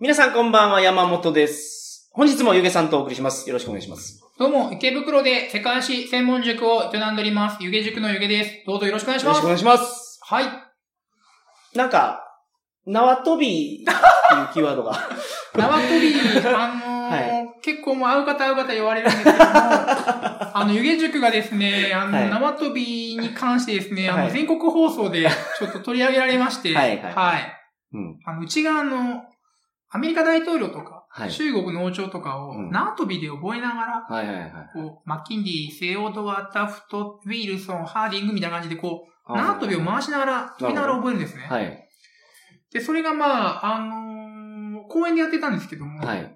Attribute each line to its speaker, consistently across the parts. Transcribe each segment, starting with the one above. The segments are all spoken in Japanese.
Speaker 1: 皆さんこんばんは、山本です。本日もゆげさんとお送りします。よろしくお願いします。
Speaker 2: どうも、池袋で世界史専門塾を営んでおります、湯気塾の湯気です。どうぞよろしくお願いし
Speaker 1: よろし
Speaker 2: ます
Speaker 1: くお。願いします。
Speaker 2: はい。
Speaker 1: なんか、縄跳びっていうキーワードが。
Speaker 2: 縄跳び、 あのー
Speaker 1: は
Speaker 2: 結構もう会う方会う方言われるんで すけども、あの、湯気塾がですね、あの、
Speaker 1: はい
Speaker 2: 縄跳びに関してですね、あの、
Speaker 1: はい
Speaker 2: 全国放送でちょっと取り上げられまして、
Speaker 1: はいはいうん。
Speaker 2: あの、うちがあの、アメリカ大統領とか、
Speaker 1: はい
Speaker 2: 中国の王朝とかを、
Speaker 1: うん
Speaker 2: 縄跳びで覚えながら、
Speaker 1: はいはいはい。
Speaker 2: こう、マッキンディ、セオドア、タフト、ウィルソン、ハーディングみたいな感じで、こう、縄跳びを回しながら、跳びながら覚えるんですね。
Speaker 1: はい。
Speaker 2: で、それがまあ、あのー公園でやってたんですけども、
Speaker 1: はい。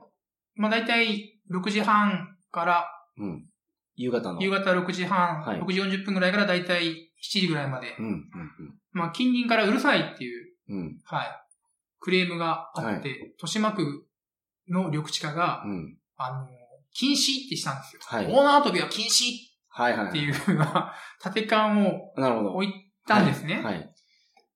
Speaker 2: まあ大体6時半から、
Speaker 1: うん。夕方の。
Speaker 2: 夕方6時半、
Speaker 1: はい
Speaker 2: 6時40分ぐらいから大体7時ぐらいまで、
Speaker 1: うん。うん。
Speaker 2: まあ近隣からうるさいっていう、
Speaker 1: うん。うん。
Speaker 2: はい、クレームがあって、豊島区の緑地下が、
Speaker 1: うん。
Speaker 2: あのー禁止ってしたんですよ。
Speaker 1: はい
Speaker 2: 大縄跳びは禁止
Speaker 1: はいはい。
Speaker 2: っていうふう な、縦感を
Speaker 1: なるほど。
Speaker 2: 置いたんですね。
Speaker 1: はい。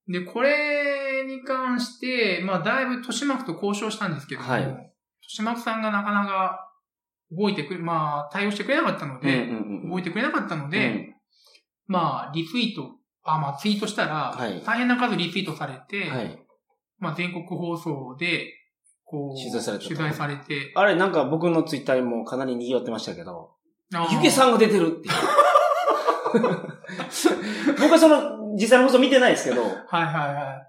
Speaker 2: で、これに関して、まあ、だいぶ豊島区と交渉したんですけども、
Speaker 1: はい
Speaker 2: 豊島区さんがなかなか動いてくれ、まあ、対応してくれなかったの
Speaker 1: うん
Speaker 2: で、
Speaker 1: うん
Speaker 2: 動いてくれなかったので、
Speaker 1: うん
Speaker 2: まあ、リツイート、あ、まあ、ツイートしたら
Speaker 1: はい、
Speaker 2: 大変な数リツイートされて、
Speaker 1: はい。
Speaker 2: まあ、全国放送で、こう、
Speaker 1: 取材されたと
Speaker 2: 取材されて、
Speaker 1: あれ、なんか僕のツイッターにもかなり賑わってましたけど、
Speaker 2: あー
Speaker 1: ゆけさんが出てるっていう。 僕はその、実際の放送見てないですけど、
Speaker 2: はいはいはい。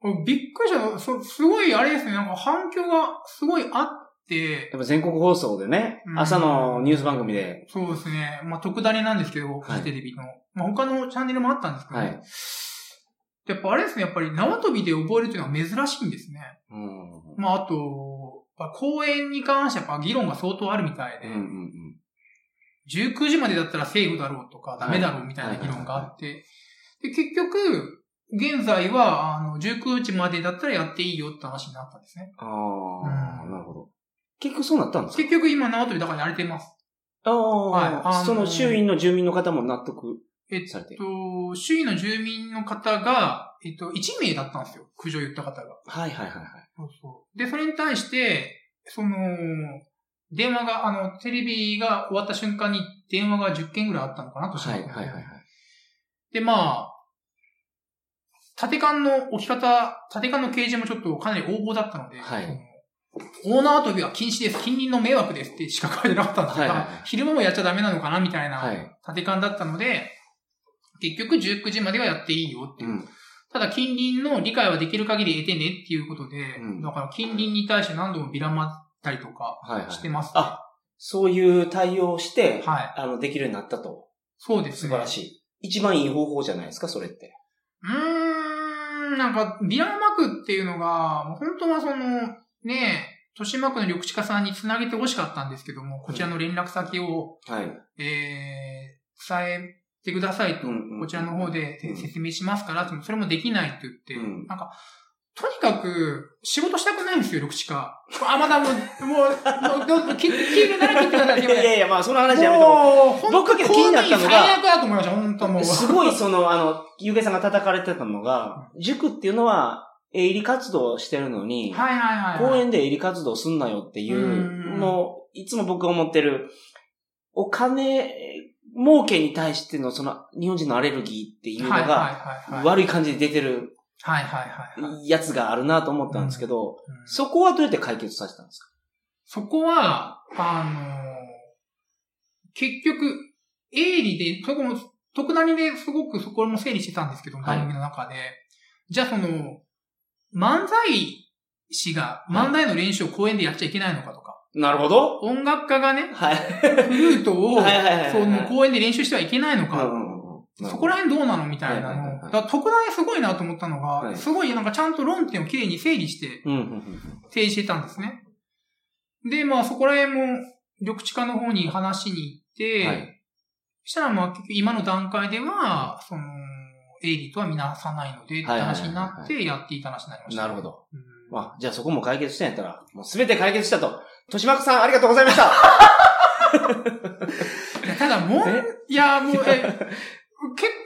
Speaker 2: これびっくりした。そすごい、あれですね、なんか反響がすごいあって、
Speaker 1: やっぱ全国放送でね
Speaker 2: う、ん
Speaker 1: 朝のニュース番組で、
Speaker 2: そうですね。まあ、特ダネなんですけど、フジテレビの。まあ、他のチャンネルもあったんですけど、
Speaker 1: はい
Speaker 2: やっぱあれですね、やっぱり縄跳びで覚えるというのは珍しいんですね。
Speaker 1: うん。うん
Speaker 2: まあ、あと、やっぱ公演に関してやっぱ議論が相当あるみたいで、
Speaker 1: うんうん。
Speaker 2: 19時までだったらセーフだろうとか、ダメだろうみたいな議論があって、で、結局、現在は、あの、19時までだったらやっていいよって話になったんですね。
Speaker 1: ああ、
Speaker 2: うん
Speaker 1: なるほど。結局そうなったんですか
Speaker 2: 結局今縄跳びだからやれてます。
Speaker 1: あ
Speaker 2: はい
Speaker 1: あ、
Speaker 2: あの
Speaker 1: その周囲の住民の方も納得
Speaker 2: えっ
Speaker 1: されて。
Speaker 2: と、周囲の住民の方が、えっと、1名だったんですよ。苦情を言った方が。
Speaker 1: はいはいはいはい。
Speaker 2: そうそう。で、それに対して、その、電話が、あの、テレビが終わった瞬間に電話が10件ぐらいあったのかなと
Speaker 1: はいはいはいはい。
Speaker 2: で、まあ、縦間の置き方、縦間の掲示もちょっとかなり横暴だったので、
Speaker 1: はい
Speaker 2: そのオーナー跳びは禁止です。近隣の迷惑ですってしか書いてなかったんですが、
Speaker 1: はいはいはい
Speaker 2: 昼間もやっちゃダメなのかなみたい
Speaker 1: は。
Speaker 2: ない縦間だったので、結局19時まではやっていいよっていうう。
Speaker 1: ん。
Speaker 2: ただ近隣の理解はできる限り得てねっていうことで、
Speaker 1: うん
Speaker 2: だから近隣に対して何度もビラまったりとか
Speaker 1: はいはい
Speaker 2: してます、ね。
Speaker 1: あ、そういう対応をして、
Speaker 2: はい。
Speaker 1: あの、できるようになったと。
Speaker 2: そうです
Speaker 1: 素
Speaker 2: ね。
Speaker 1: 晴らしい。一番いい方法じゃないですか、それって。
Speaker 2: うーん、なんか、ビラをまくっていうのが、もう本当はその、ねえ、豊島区の緑地下さんにつなげてほしかったんですけども、こちらの連絡先を、
Speaker 1: はい。
Speaker 2: えー、伝えてくださいと、
Speaker 1: うんうんうん
Speaker 2: こちらの方で
Speaker 1: うん
Speaker 2: 説明しますからって、それもできないって言って、
Speaker 1: うん
Speaker 2: なんか、とにかく、仕事したくないんですよ、緑地下。あ、まだもう、もう、もうどうぞ、切って、切るなら切ってくださ い。
Speaker 1: いやいやいや、まあ、その話やめても。
Speaker 2: もう、
Speaker 1: 僕が気になったのが
Speaker 2: 公務員最悪だと思いました、本当も う。
Speaker 1: すごい、その、あの、ゆげさんが叩かれてたのが、塾っていうのは、営利活動をしてるのに、
Speaker 2: はいはいはいはい。
Speaker 1: 公園で営利活動すんなよっていうう、
Speaker 2: ん
Speaker 1: もう、いつも僕が思ってる、お金儲けに対してのその日本人のアレルギーっていうの
Speaker 2: はいはい
Speaker 1: が
Speaker 2: はいはい。
Speaker 1: 悪い感じで出てる
Speaker 2: はいはいはいはい。
Speaker 1: やつがあるなと思ったんですけど、
Speaker 2: うん
Speaker 1: そこはどうやって解決させたんですか
Speaker 2: そこは、あのー結局、営利で、そこも、特なりですごくそこも整理してたんですけど、
Speaker 1: はい
Speaker 2: 番組の中で。じゃあその、漫才師が漫才の練習を公演でやっちゃいけないのかとか、
Speaker 1: なるほど。
Speaker 2: 音楽家が ね、
Speaker 1: はい。
Speaker 2: フルートを、
Speaker 1: はいはいはいはい
Speaker 2: その公演で練習してはいけないの
Speaker 1: うんう
Speaker 2: か、
Speaker 1: んうん
Speaker 2: そこら辺どうなのみたいな
Speaker 1: はいはいはい
Speaker 2: の。
Speaker 1: はい
Speaker 2: だから特段すごいなと思ったのが、
Speaker 1: はい
Speaker 2: すごいなんかちゃんと論点をきれいに整理して
Speaker 1: うんうんうん
Speaker 2: 提示してたんですね。で、まあそこら辺も緑地化の方に話しに行って、
Speaker 1: はい
Speaker 2: そしたらまあ結局今の段階では、その、営利とは見なさないのでって話になってやっていた話になりました。
Speaker 1: なるほど。
Speaker 2: うん。
Speaker 1: まあ、じゃあそこも解決したんやったら、もうすべて解決したと。豊島区さんありがとうございました。
Speaker 2: いやただも
Speaker 1: え
Speaker 2: ん、いやもう、 え、結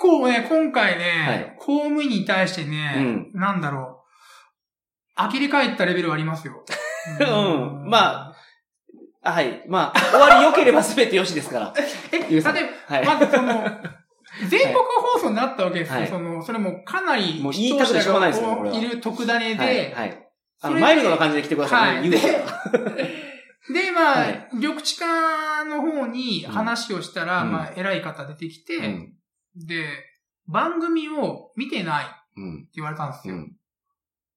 Speaker 2: 構ね、今回ね、
Speaker 1: はい
Speaker 2: 公務員に対してね、なんだろう。あきれ返ったレベルはありますよ。
Speaker 1: うんまあ。はい。まあ、終わり良ければ全て良しですから。ゆ
Speaker 2: え、
Speaker 1: うさん
Speaker 2: さて、
Speaker 1: はい。
Speaker 2: まずその、全国放送になったわけですよ。
Speaker 1: はい
Speaker 2: その、それもかなり
Speaker 1: もう言
Speaker 2: 視
Speaker 1: い
Speaker 2: 聴
Speaker 1: たくてしょ
Speaker 2: 者
Speaker 1: うがないですよ
Speaker 2: がこ
Speaker 1: こ
Speaker 2: う
Speaker 1: れはい
Speaker 2: る特ダネ
Speaker 1: はい。
Speaker 2: で、
Speaker 1: はい。あ
Speaker 2: そ
Speaker 1: の、
Speaker 2: れで
Speaker 1: マイルドな感じで来てくださいね。
Speaker 2: はい
Speaker 1: 言うから
Speaker 2: で、まあ、
Speaker 1: はい
Speaker 2: 緑地化の方に話をしたら、
Speaker 1: うん
Speaker 2: まあ、偉い方出てきて、
Speaker 1: うん。
Speaker 2: で、番組を見てないって
Speaker 1: うん。
Speaker 2: 言われたんです
Speaker 1: う
Speaker 2: よ。
Speaker 1: ん。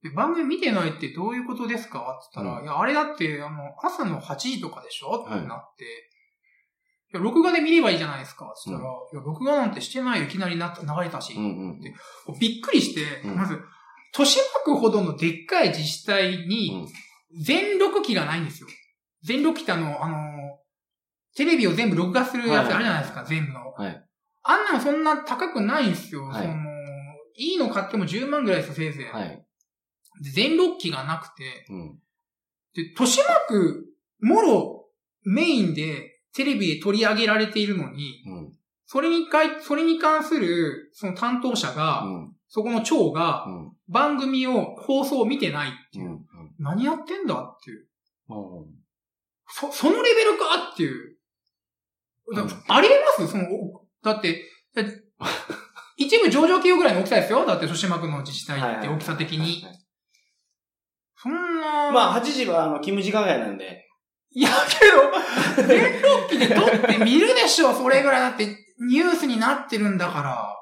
Speaker 2: で番組見てないってどういうことですかって言ったら、
Speaker 1: うん
Speaker 2: いや、あれだって、あの、朝の8時とかでしょって
Speaker 1: はい
Speaker 2: なって、いや、録画で見ればいいじゃないですかって言ったら、いや、録画なんてしてないよ、いきなりな流れたし、
Speaker 1: うん。
Speaker 2: びっくりして、
Speaker 1: うん
Speaker 2: まず、豊島区ほどのでっかい自治体に、全録機がないんですよ。全録機ってあの、あの、テレビを全部録画するやつあるじゃないですか、全部の。
Speaker 1: はい
Speaker 2: あんなのそんな高くないんですよ。
Speaker 1: はい
Speaker 2: い、その、いいの買っても10万ぐらいですよ、せいぜい。
Speaker 1: はい。
Speaker 2: で全録機がなくて、
Speaker 1: うん。
Speaker 2: で、豊島区、もろ、メインで、テレビで取り上げられているのに、
Speaker 1: うん。
Speaker 2: それにかい、それに関する、その担当者が、
Speaker 1: うん。
Speaker 2: そこの長が、
Speaker 1: うん。
Speaker 2: 番組を、放送を見てないって
Speaker 1: う
Speaker 2: いう。
Speaker 1: ん。
Speaker 2: 何やってんだっていう。
Speaker 1: うん。
Speaker 2: そ、そのレベルかっていう。だ
Speaker 1: うん
Speaker 2: ありえますその、おだって、だ一部上場企業ぐらいの大きさですよだって、豊島区の自治体って大きさ的に。そんな、
Speaker 1: まあ、8時は、あの、勤務時間外なんで。
Speaker 2: いやけど、電録機で撮って見るでしょそれぐらいだって、ニュースになってるんだから。だか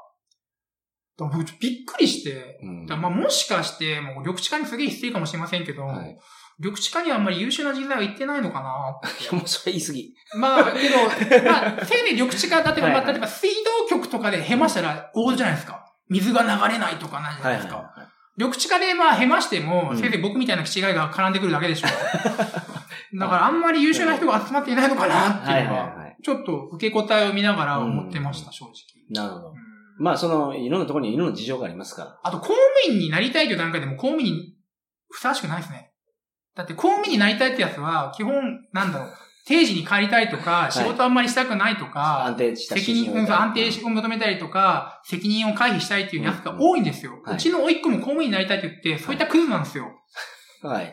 Speaker 2: ら僕ちょっとびっくりして。
Speaker 1: うん
Speaker 2: だからまあもしかして、もう緑地化にすげえ失礼かもしれませんけど、
Speaker 1: はい。い
Speaker 2: 緑地化にはあんまり優秀な人材は行ってないのかなって
Speaker 1: や、もうそれ言い過ぎ。
Speaker 2: まあ、けど、まあ、せいぜい緑地化、例えば、
Speaker 1: はい
Speaker 2: まあ、例えば水道局とかでへましたら、大事じゃないですか。水が流れないとかなんじゃないですか。緑地化でまあ、へましても、
Speaker 1: うん
Speaker 2: せいぜい僕みたいな気違いが絡んでくるだ けでしょ。だから、あんまり優秀な人が集まっていないのかなって
Speaker 1: はいいうは
Speaker 2: の
Speaker 1: い
Speaker 2: は、
Speaker 1: はい。
Speaker 2: ちょっと受け答えを見ながら思ってました、正直。
Speaker 1: なるほど
Speaker 2: う。ん
Speaker 1: まあ、その、いろんなところにいろんな事情がありますから。
Speaker 2: あと、公務員になりたいという段階でも公務員にふさわしくないですね。だって公務員になりたいってやつは、基本、なんだろう、定時に帰りたいとか、
Speaker 1: い
Speaker 2: 仕事あんまりしたくないと
Speaker 1: 安
Speaker 2: か、
Speaker 1: 定した
Speaker 2: 責任、うんそう安定を求めたりとか、責任を回避したいっていうやつが多いんですよ。
Speaker 1: うんはいう
Speaker 2: ちの甥いっ子も公務員になりたいって言って、そういったクズなんですよ。
Speaker 1: はい。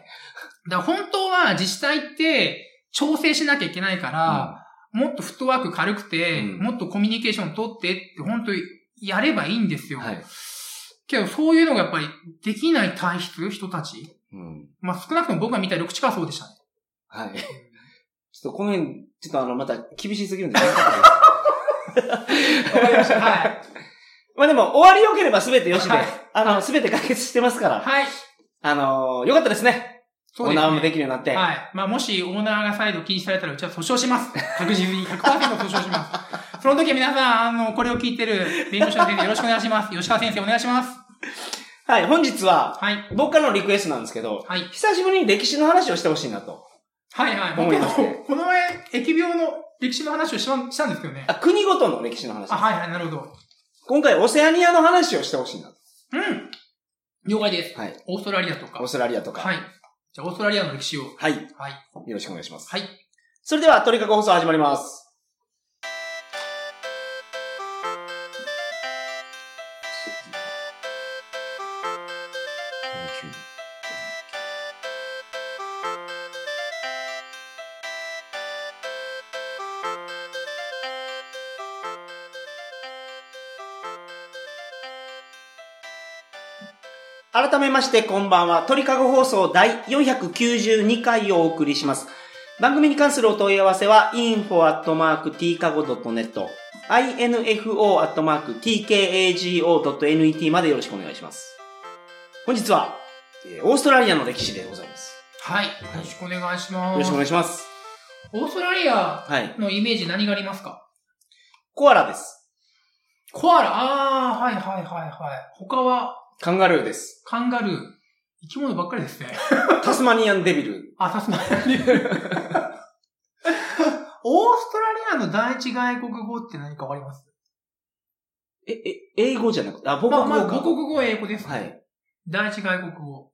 Speaker 2: だから本当は自治体って、調整しなきゃいけないから、もっとフットワーク軽くて、
Speaker 1: うん
Speaker 2: もっとコミュニケーション取ってって、本当にやればいいんです
Speaker 1: う
Speaker 2: よ。
Speaker 1: んはい。
Speaker 2: けど、そういうのがやっぱりできない体質人たち
Speaker 1: うん。
Speaker 2: まあ、少なくとも僕が見た緑地下はそう でしたね。
Speaker 1: はい。ちょっとこの辺、ちょっとあの、また厳しすぎるんで。
Speaker 2: わかりました。はい。
Speaker 1: まあでも、終わり良ければ全て良しで
Speaker 2: はい、
Speaker 1: あの、全て解決してますから、
Speaker 2: はい。
Speaker 1: あの、良かったですね。
Speaker 2: そ
Speaker 1: オ
Speaker 2: う
Speaker 1: ー
Speaker 2: です、ね。
Speaker 1: ナーもできるようになって。
Speaker 2: はい。まあ、もしオーナーが再度禁止されたら、うちは訴訟し ます。確実に100%訴訟します。その時は皆さん、あの、これを聞いてる弁護士の先生よろしくお願いします。吉川先生お願いします。
Speaker 1: はい。本日は、
Speaker 2: はい。
Speaker 1: 僕からのリクエストなんですけど、
Speaker 2: はい。
Speaker 1: 久しぶりに歴史の話をしてほしいなと。
Speaker 2: はいはい。僕
Speaker 1: 思いま
Speaker 2: も
Speaker 1: すね
Speaker 2: この前、疫病の歴史の話をしましたんですけど ね。
Speaker 1: あ、国ごとの歴史の話
Speaker 2: あ、。はいはい、なるほど。
Speaker 1: 今回、オセアニアの話をしてほしいなと。
Speaker 2: うん。了解です。
Speaker 1: はい。
Speaker 2: オーストラリアとか
Speaker 1: オー。ストラリアとか。
Speaker 2: はい。じゃあ、オーストラリアの歴史を。
Speaker 1: はい。
Speaker 2: はい。
Speaker 1: よろしくお願いします。
Speaker 2: はい。
Speaker 1: それでは、鳥かご放送始まります。改めまして、こんばんは。鳥かご放送第492回をお送りします。番組に関するお問い合わせは info.tkago.net info.tkago.net までよろしくお願いします。本日は、えーオーストラリアの歴史でございます。
Speaker 2: はい。よろしくお願いし
Speaker 1: よ
Speaker 2: ま
Speaker 1: ろし
Speaker 2: す。
Speaker 1: くお願いします。
Speaker 2: オーストラリア
Speaker 1: はい。
Speaker 2: のイメージ何がありますか
Speaker 1: コアラです。
Speaker 2: コアラ。ああ、はいはいはいはい。他は
Speaker 1: カンガルーです。
Speaker 2: カンガルー。生き物ばっかり ですね。
Speaker 1: タスマニアンデビル。
Speaker 2: あ、さすが に。オーストラリアの第一外国語って何かわかります
Speaker 1: え、え、英語じゃなくて、あ、母国
Speaker 2: まあ
Speaker 1: 語
Speaker 2: まあ、
Speaker 1: か。
Speaker 2: 母国語は英語です、ね。
Speaker 1: はい。
Speaker 2: 第一外国語。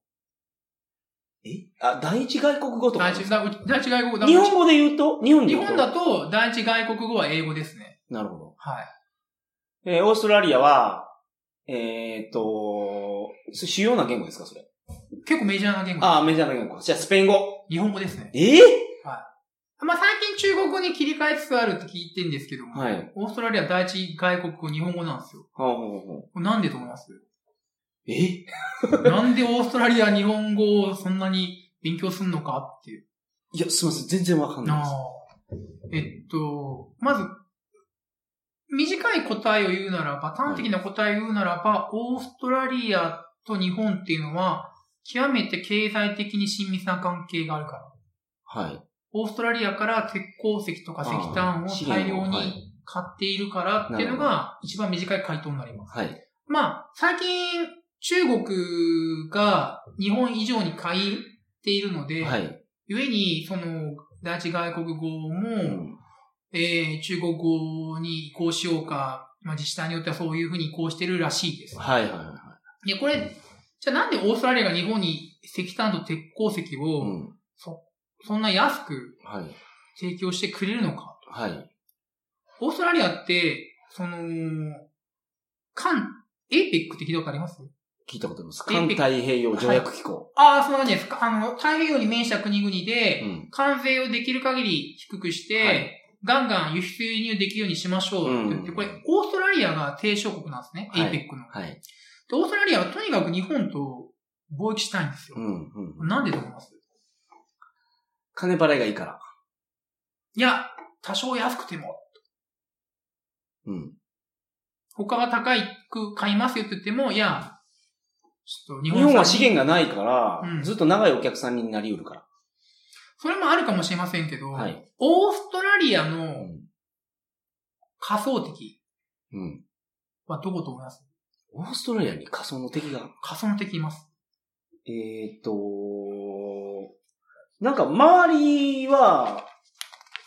Speaker 1: えあ、第一外国語とか
Speaker 2: 第
Speaker 1: です
Speaker 2: 一
Speaker 1: か。
Speaker 2: だ第一外国語だ
Speaker 1: 日本語で言うと日本で
Speaker 2: 日
Speaker 1: 言うと
Speaker 2: 本だと第一外国語は英語ですね。
Speaker 1: なるほど。
Speaker 2: はい。
Speaker 1: えーオーストラリアは、えーっと、す主要な言語ですか、それ。
Speaker 2: 結構メジャーな言語。
Speaker 1: ああ、メジャーな言語。じゃあ、スペイン語。
Speaker 2: 日本語ですね。
Speaker 1: ええ
Speaker 2: まあ最近中国語に切り替えつつあるって聞いてんですけども、
Speaker 1: はい。
Speaker 2: オーストラリア第一外国語日本語なんですよ。
Speaker 1: ほうほうほう。
Speaker 2: これなんでと思います
Speaker 1: え
Speaker 2: なんでオーストラリア日本語をそんなに勉強すんのかっていう。
Speaker 1: いや、すみません。全然わかんないです。
Speaker 2: あーえっと、まず、短い答えを言うならば、端的な答えを言うならば、オーストラリアと日本っていうのは、極めて経済的に親密な関係があるから。
Speaker 1: はい。
Speaker 2: オーストラリアから鉄鉱石とか石炭
Speaker 1: あ
Speaker 2: を
Speaker 1: ー資
Speaker 2: 大
Speaker 1: 源を
Speaker 2: 量
Speaker 1: は
Speaker 2: に
Speaker 1: い
Speaker 2: 買っているからっていうのが一番短い回答になります。
Speaker 1: はい。
Speaker 2: まあ、最近中国が日本以上に買っているので、
Speaker 1: はい。
Speaker 2: 故にその第一外国語も、
Speaker 1: うん。
Speaker 2: えー中国語に移行しようか、まあ、自治体によってはそういうふうに移行してるらしいです。
Speaker 1: はいはいは
Speaker 2: で、これ、じゃあなんでオーストラリアが日本に石炭と鉄鉱石
Speaker 1: い。う
Speaker 2: を
Speaker 1: ん。
Speaker 2: そんな安く
Speaker 1: はい。
Speaker 2: 提供してくれるのか。
Speaker 1: はい。
Speaker 2: オーストラリアって、その、環、エイペックって聞いたことあります
Speaker 1: 聞いたことあります。
Speaker 2: エイペッ
Speaker 1: 環
Speaker 2: ク
Speaker 1: 太平洋条約機構。
Speaker 2: ああ、そんな感じです。あの、太平洋に面した国々で、
Speaker 1: うん。
Speaker 2: 関税をできる限り低くして、
Speaker 1: はい
Speaker 2: ガンガン輸出輸入できるようにしましょうって言って、
Speaker 1: うん
Speaker 2: これ、オーストラリアが提唱国なんですね。
Speaker 1: はい
Speaker 2: エイペックの。
Speaker 1: はい。
Speaker 2: で、オーストラリアはとにかく日本と貿易したいんですよ
Speaker 1: う。ん。うん。
Speaker 2: なんでと思います
Speaker 1: 金払いがいいから。
Speaker 2: いや、多少安くても、
Speaker 1: うん。
Speaker 2: 他は高く買いますよって言っても、いや、ちょっと
Speaker 1: 日
Speaker 2: 日本
Speaker 1: 本は
Speaker 2: 産
Speaker 1: 資源がないから、
Speaker 2: うん
Speaker 1: ずっと長いお客さんになり得るから。
Speaker 2: それもあるかもしれませんけど、
Speaker 1: はい。
Speaker 2: オーストラリア
Speaker 1: う
Speaker 2: の
Speaker 1: ん。
Speaker 2: 仮想敵
Speaker 1: うん。
Speaker 2: はどこと思います
Speaker 1: オーストラリアに仮想の敵が。
Speaker 2: 仮想の敵います。
Speaker 1: えーっと、なんか周りは、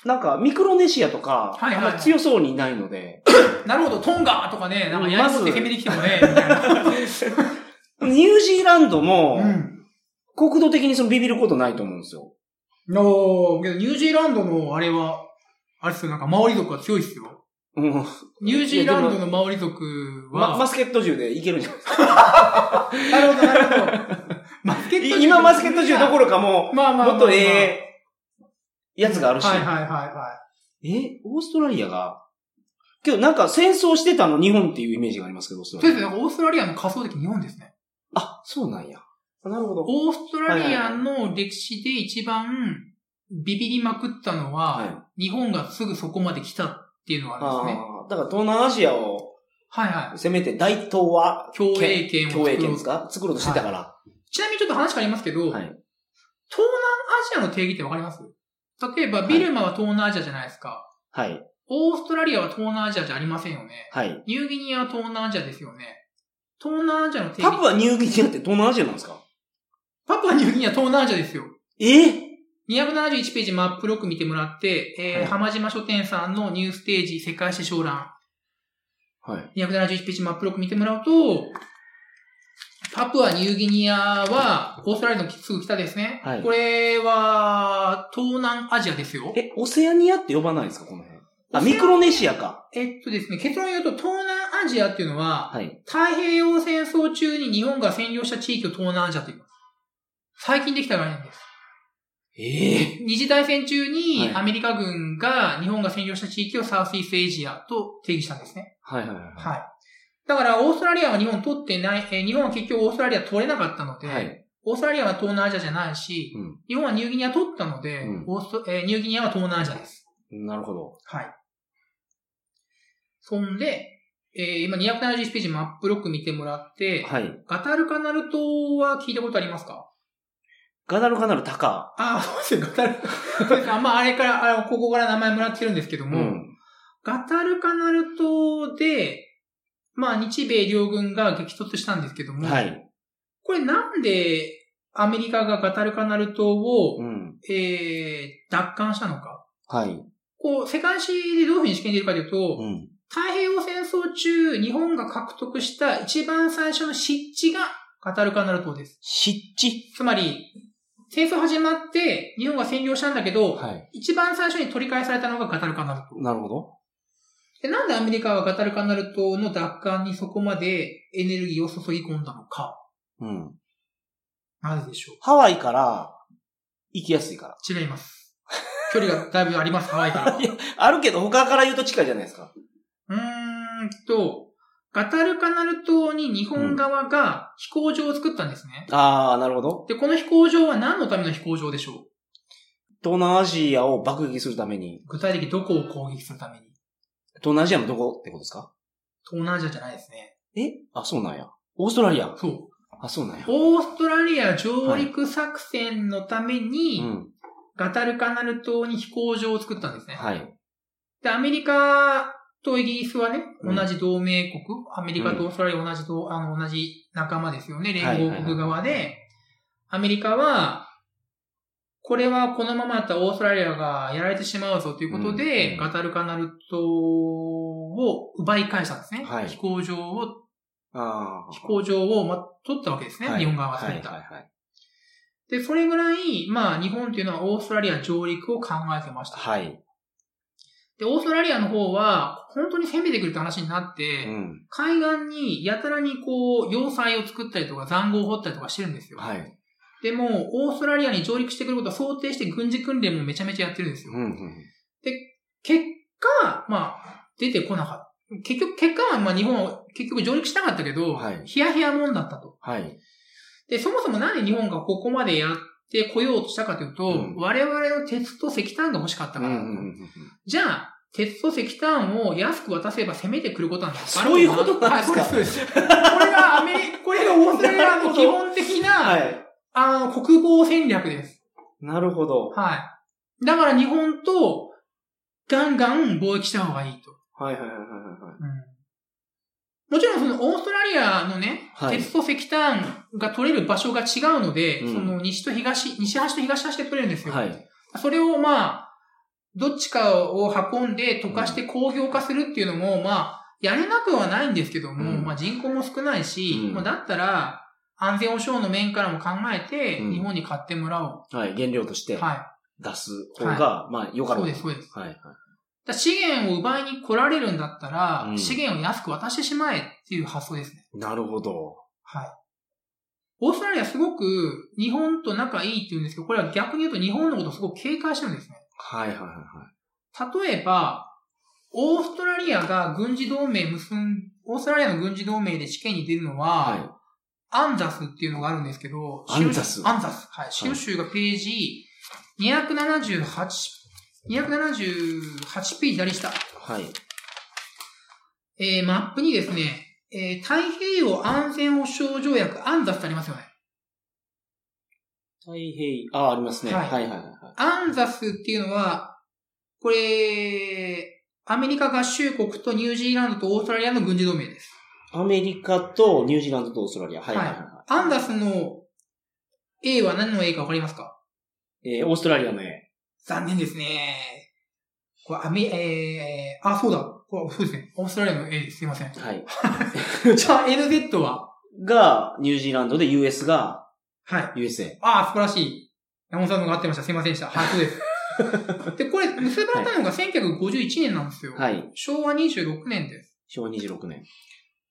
Speaker 1: なんかミクロネシアとか、
Speaker 2: はいはいはい
Speaker 1: あんま強そうにいないので、
Speaker 2: なるほど、トンガとかね、なんかやりこって
Speaker 1: まず
Speaker 2: 攻めてきてもね、みたいな。
Speaker 1: ニュージーランドも、
Speaker 2: うん。
Speaker 1: 国土的にそのビビることないと思うんですよ。
Speaker 2: おーけどニュージーランドのあれは、あれっすよ、なんかマオリ族は強いっすよ。
Speaker 1: うん。
Speaker 2: ニュージーランドのマオリ族
Speaker 1: ま
Speaker 2: は、
Speaker 1: マスケット銃でいけるんじゃないですか。
Speaker 2: なるほど、なるほど。 マスケット
Speaker 1: 今マスケット銃どころかも
Speaker 2: まあまあ
Speaker 1: う、
Speaker 2: まあま
Speaker 1: も
Speaker 2: あ
Speaker 1: っとええ、やつがあるし。
Speaker 2: はいはいはいは
Speaker 1: え、オーストラリアが、けどなんか戦争してたの日本っていうイメージがありますけど、オースト
Speaker 2: い。と
Speaker 1: ラ
Speaker 2: りあ
Speaker 1: リア。
Speaker 2: えず、なんかオーストラリアの仮想的日本ですね。
Speaker 1: あ、そうなんや。なるほど。
Speaker 2: オーストラリアの歴史で一番ビビりまくったのは、
Speaker 1: はい
Speaker 2: 日本がすぐそこまで来たっていうのはあるんですね。
Speaker 1: ああ、だから東南アジアを
Speaker 2: はいは
Speaker 1: せめて大東は
Speaker 2: い。共栄圏を
Speaker 1: 共
Speaker 2: 作
Speaker 1: 栄圏
Speaker 2: ろう
Speaker 1: ですか作ろうとしてたから。
Speaker 2: ちなみにちょっと話変わりますけど、
Speaker 1: はい。
Speaker 2: 東南アジアの定義ってわかります例えば、ビルマは東南アジアじゃないですか。
Speaker 1: はい。
Speaker 2: オーストラリアは東南アジアじゃありませんよね。
Speaker 1: はい。
Speaker 2: ニューギニアは東南アジアですよね。東南アジアの定義。
Speaker 1: パプアニューギニアって東南アジアなんですか
Speaker 2: パプアニューギニアは東南アジアですよ。
Speaker 1: え
Speaker 2: 271ページマップロック見てもらって、えー
Speaker 1: はい
Speaker 2: 浜島書店さんのニューステージ世界史小覧、
Speaker 1: はい。
Speaker 2: 271ページマップロック見てもらうと、パプアニューギニアは、オーストラリアのすぐ北ですね。
Speaker 1: はい
Speaker 2: これは、東南アジアですよ。
Speaker 1: え、オセアニアって呼ばないんですかこの辺。あ、ミクロネシアか。
Speaker 2: えっとですね、結論言うと、東南アジアっていうのは、
Speaker 1: はい。
Speaker 2: 太平洋戦争中に日本が占領した地域を東南アジアと言います。最近できた概念です。
Speaker 1: ええ
Speaker 2: 二次大戦中
Speaker 1: は
Speaker 2: に
Speaker 1: い
Speaker 2: アメリカ軍が日本が占領した地域をサウスイーストエイジアと定義したんですね。
Speaker 1: はいはいは
Speaker 2: はい。だから、オーストラリアは日本取ってない、えー日本は結局オーストラリア取れなかったので、
Speaker 1: い。はい。
Speaker 2: オーストラリアは東南アジアじゃないし、
Speaker 1: うん
Speaker 2: 日本はニューギニア取ったので、
Speaker 1: うん
Speaker 2: オーストえーニューギニアは東南アジアです。
Speaker 1: なるほど。
Speaker 2: はい。そんで、えー今271ページマップロック見てもらって、
Speaker 1: はい。
Speaker 2: ガタルカナル島は聞いたことありますか
Speaker 1: ガダルカナルタカ。
Speaker 2: ああ、そうですよ、ガタル。 そうですあまあ、あれから、あの、ここから名前もらってるんですけど
Speaker 1: う
Speaker 2: も、
Speaker 1: ん。
Speaker 2: ガタルカナル島で、まあ、日米両軍が激突したんですけども、
Speaker 1: はい。
Speaker 2: これなんでアメリカがガタルカナル島を、
Speaker 1: うん。
Speaker 2: えー、奪還したのか。
Speaker 1: はい。
Speaker 2: こう、世界史でどういうふうに試験でいるかというと、
Speaker 1: うん。
Speaker 2: 太平洋戦争中、日本が獲得した一番最初の湿地がガタルカナル島です。
Speaker 1: 湿地。
Speaker 2: つまり、戦争始まって、日本が占領したんだけど、
Speaker 1: はい。
Speaker 2: 一番最初に取り返されたのがガタルカナル島。
Speaker 1: なるほど。
Speaker 2: で、なんでアメリカはガタルカナル島の奪還にそこまでエネルギーを注ぎ込んだのか。
Speaker 1: うん。
Speaker 2: なぜでしょう
Speaker 1: ハワイから行きやすいから。
Speaker 2: 違います。距離がだいぶあります、ハワイから は。う
Speaker 1: あるけど他から言うと近いじゃないですか。
Speaker 2: ーんと、ガタルカナル島に日本側が飛行場を作ったんですね。
Speaker 1: ああ、なるほど。
Speaker 2: で、この飛行場は何のための飛行場でしょう
Speaker 1: 東南アジアを爆撃するために、
Speaker 2: 具体的にどこを攻撃するために
Speaker 1: 東南アジアのどこってことですか
Speaker 2: 東南アジアじゃないですね。
Speaker 1: えあ、そうなんや。オーストラリア。
Speaker 2: そう。
Speaker 1: あ、そうなんや。
Speaker 2: オーストラリア上陸作戦のために、
Speaker 1: うん。
Speaker 2: ガタルカナル島に飛行場を作ったんですね。
Speaker 1: はい。
Speaker 2: で、アメリカとイギリスはね、
Speaker 1: うん
Speaker 2: 同じ同盟国、アメリカとオーストラリア同じ同、あの、同じ仲間ですよね、
Speaker 1: はい
Speaker 2: 連合国側で、アメリカは、これはこのままだったらオーストラリアがやられてしまうぞということ
Speaker 1: うんう
Speaker 2: で、
Speaker 1: ん
Speaker 2: ガタルカナル島を奪い返したんですね。
Speaker 1: はい
Speaker 2: 飛行場を、
Speaker 1: ああ。
Speaker 2: 飛行場を、ま、取ったわけですね。
Speaker 1: はい
Speaker 2: 日本側が作った。
Speaker 1: はいはいはい。
Speaker 2: で、それぐらい、まあ、日本っていうのはオーストラリア上陸を考えてました。
Speaker 1: はい。
Speaker 2: で、オーストラリアの方は、本当に攻めてくるって話になって、
Speaker 1: うん。
Speaker 2: 海岸にやたらにこう、要塞を作ったりとか、塹壕を掘ったりとかしてるんですよ。
Speaker 1: はい。
Speaker 2: でも、オーストラリアに上陸してくることを想定して軍事訓練もめちゃめちゃやってるんですよ。
Speaker 1: うん、うん。
Speaker 2: 結果、まあ、出てこなかった。結局、結果は、まあ日本は結局上陸しなかったけど、
Speaker 1: はい
Speaker 2: ヒヤヒヤもんだったと。
Speaker 1: はい。
Speaker 2: で、そもそもなんで日本がここまでやってこようとしたかというと、
Speaker 1: うん
Speaker 2: 我々の鉄と石炭が欲しかった
Speaker 1: うん
Speaker 2: か
Speaker 1: う
Speaker 2: ら。
Speaker 1: んうんうん
Speaker 2: じゃあ、鉄と石炭を安く渡せば攻めてくることなんです
Speaker 1: そういうことなんですか
Speaker 2: はいそうです、そうです。これがアメリこれがオーストラリアの基本的な、
Speaker 1: はい。
Speaker 2: あの、国防戦略です。
Speaker 1: なるほど。
Speaker 2: はい。だから日本と、ガンガン貿易した方がいいと。
Speaker 1: はいはいはいはいは
Speaker 2: うんもちろんそのオーストラリアのね、
Speaker 1: はい
Speaker 2: 鉄と石炭が取れる場所が違うので、
Speaker 1: うん
Speaker 2: その西と東、西端と東端で取れるんですよ。
Speaker 1: い。はい。
Speaker 2: それをまあ、どっちかを運んで溶かして工業化するっていうのも、まあ、やれなくはないんですけども、
Speaker 1: うん
Speaker 2: まあ人口も少ないし、
Speaker 1: うん
Speaker 2: まあだったら、安全保障の面からも考えて、
Speaker 1: うん
Speaker 2: 日本に買ってもらお
Speaker 1: はい。原料として
Speaker 2: う。は
Speaker 1: 出す方が、まあ、
Speaker 2: い。
Speaker 1: よかろ
Speaker 2: そうう
Speaker 1: と
Speaker 2: です、そうです。
Speaker 1: はいはい。
Speaker 2: だから資源を奪いに来られるんだったら、
Speaker 1: うん
Speaker 2: 資源を安く渡してしまえっていう発想ですね。
Speaker 1: なるほど。
Speaker 2: はい。オーストラリアすごく日本と仲いいって言うんですけど、これは逆に言うと日本のことをすごく警戒してるんですね。
Speaker 1: はいはいはいは
Speaker 2: 例えば、オーストラリアが軍事同盟結ん、オーストラリアの軍事同盟で試験に出るのは、
Speaker 1: い。は
Speaker 2: アンザスっていうのがあるんですけど、
Speaker 1: アンザス
Speaker 2: アンザス。はい。資料集がページ278、278ページ左下。
Speaker 1: い。はい。
Speaker 2: えー、マップにですね、えー、太平洋安全保障条約、アンザスってありますよね。
Speaker 1: 太平洋、ああ、ありますね。は
Speaker 2: はいい
Speaker 1: はいはいはい。
Speaker 2: アンザスっていうのは、これ、アメリカ合衆国とニュージーランドとオーストラリアの軍事同盟です。
Speaker 1: アメリカとニュージーランドとオーストラリア。はいはいはいは
Speaker 2: アンダスの A は何の A かわかりますか
Speaker 1: い。えー、オーストラリアの絵。
Speaker 2: 残念ですね。これ、アメ、えー、あ、そうだ。これそうですね。オーストラリアの A です。すいませ ん。じ
Speaker 1: はい。
Speaker 2: ゃあ、NZ は
Speaker 1: が、ニュージーランドで US が
Speaker 2: はい。
Speaker 1: USA。
Speaker 2: あー、素晴らしい。山本さんのが合ってました。すいませんでした。はい、そう です。で、これ、結ばれたのが1951年なんですよ。
Speaker 1: はい。
Speaker 2: 昭和26年です。
Speaker 1: 昭和26年。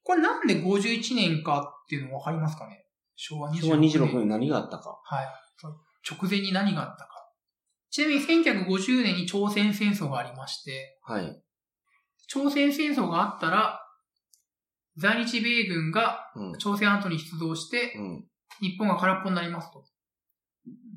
Speaker 2: これなんで51年かっていうのわかりますかね昭和26年。
Speaker 1: 昭和26年何があったか。
Speaker 2: はい。そう直前に何があったか。ちなみに1950年に朝鮮戦争がありまして、
Speaker 1: はい。
Speaker 2: 朝鮮戦争があったら、在日米軍が
Speaker 1: うん。
Speaker 2: 朝鮮半島に出動して、
Speaker 1: うん。
Speaker 2: 日本が空っぽになりますと。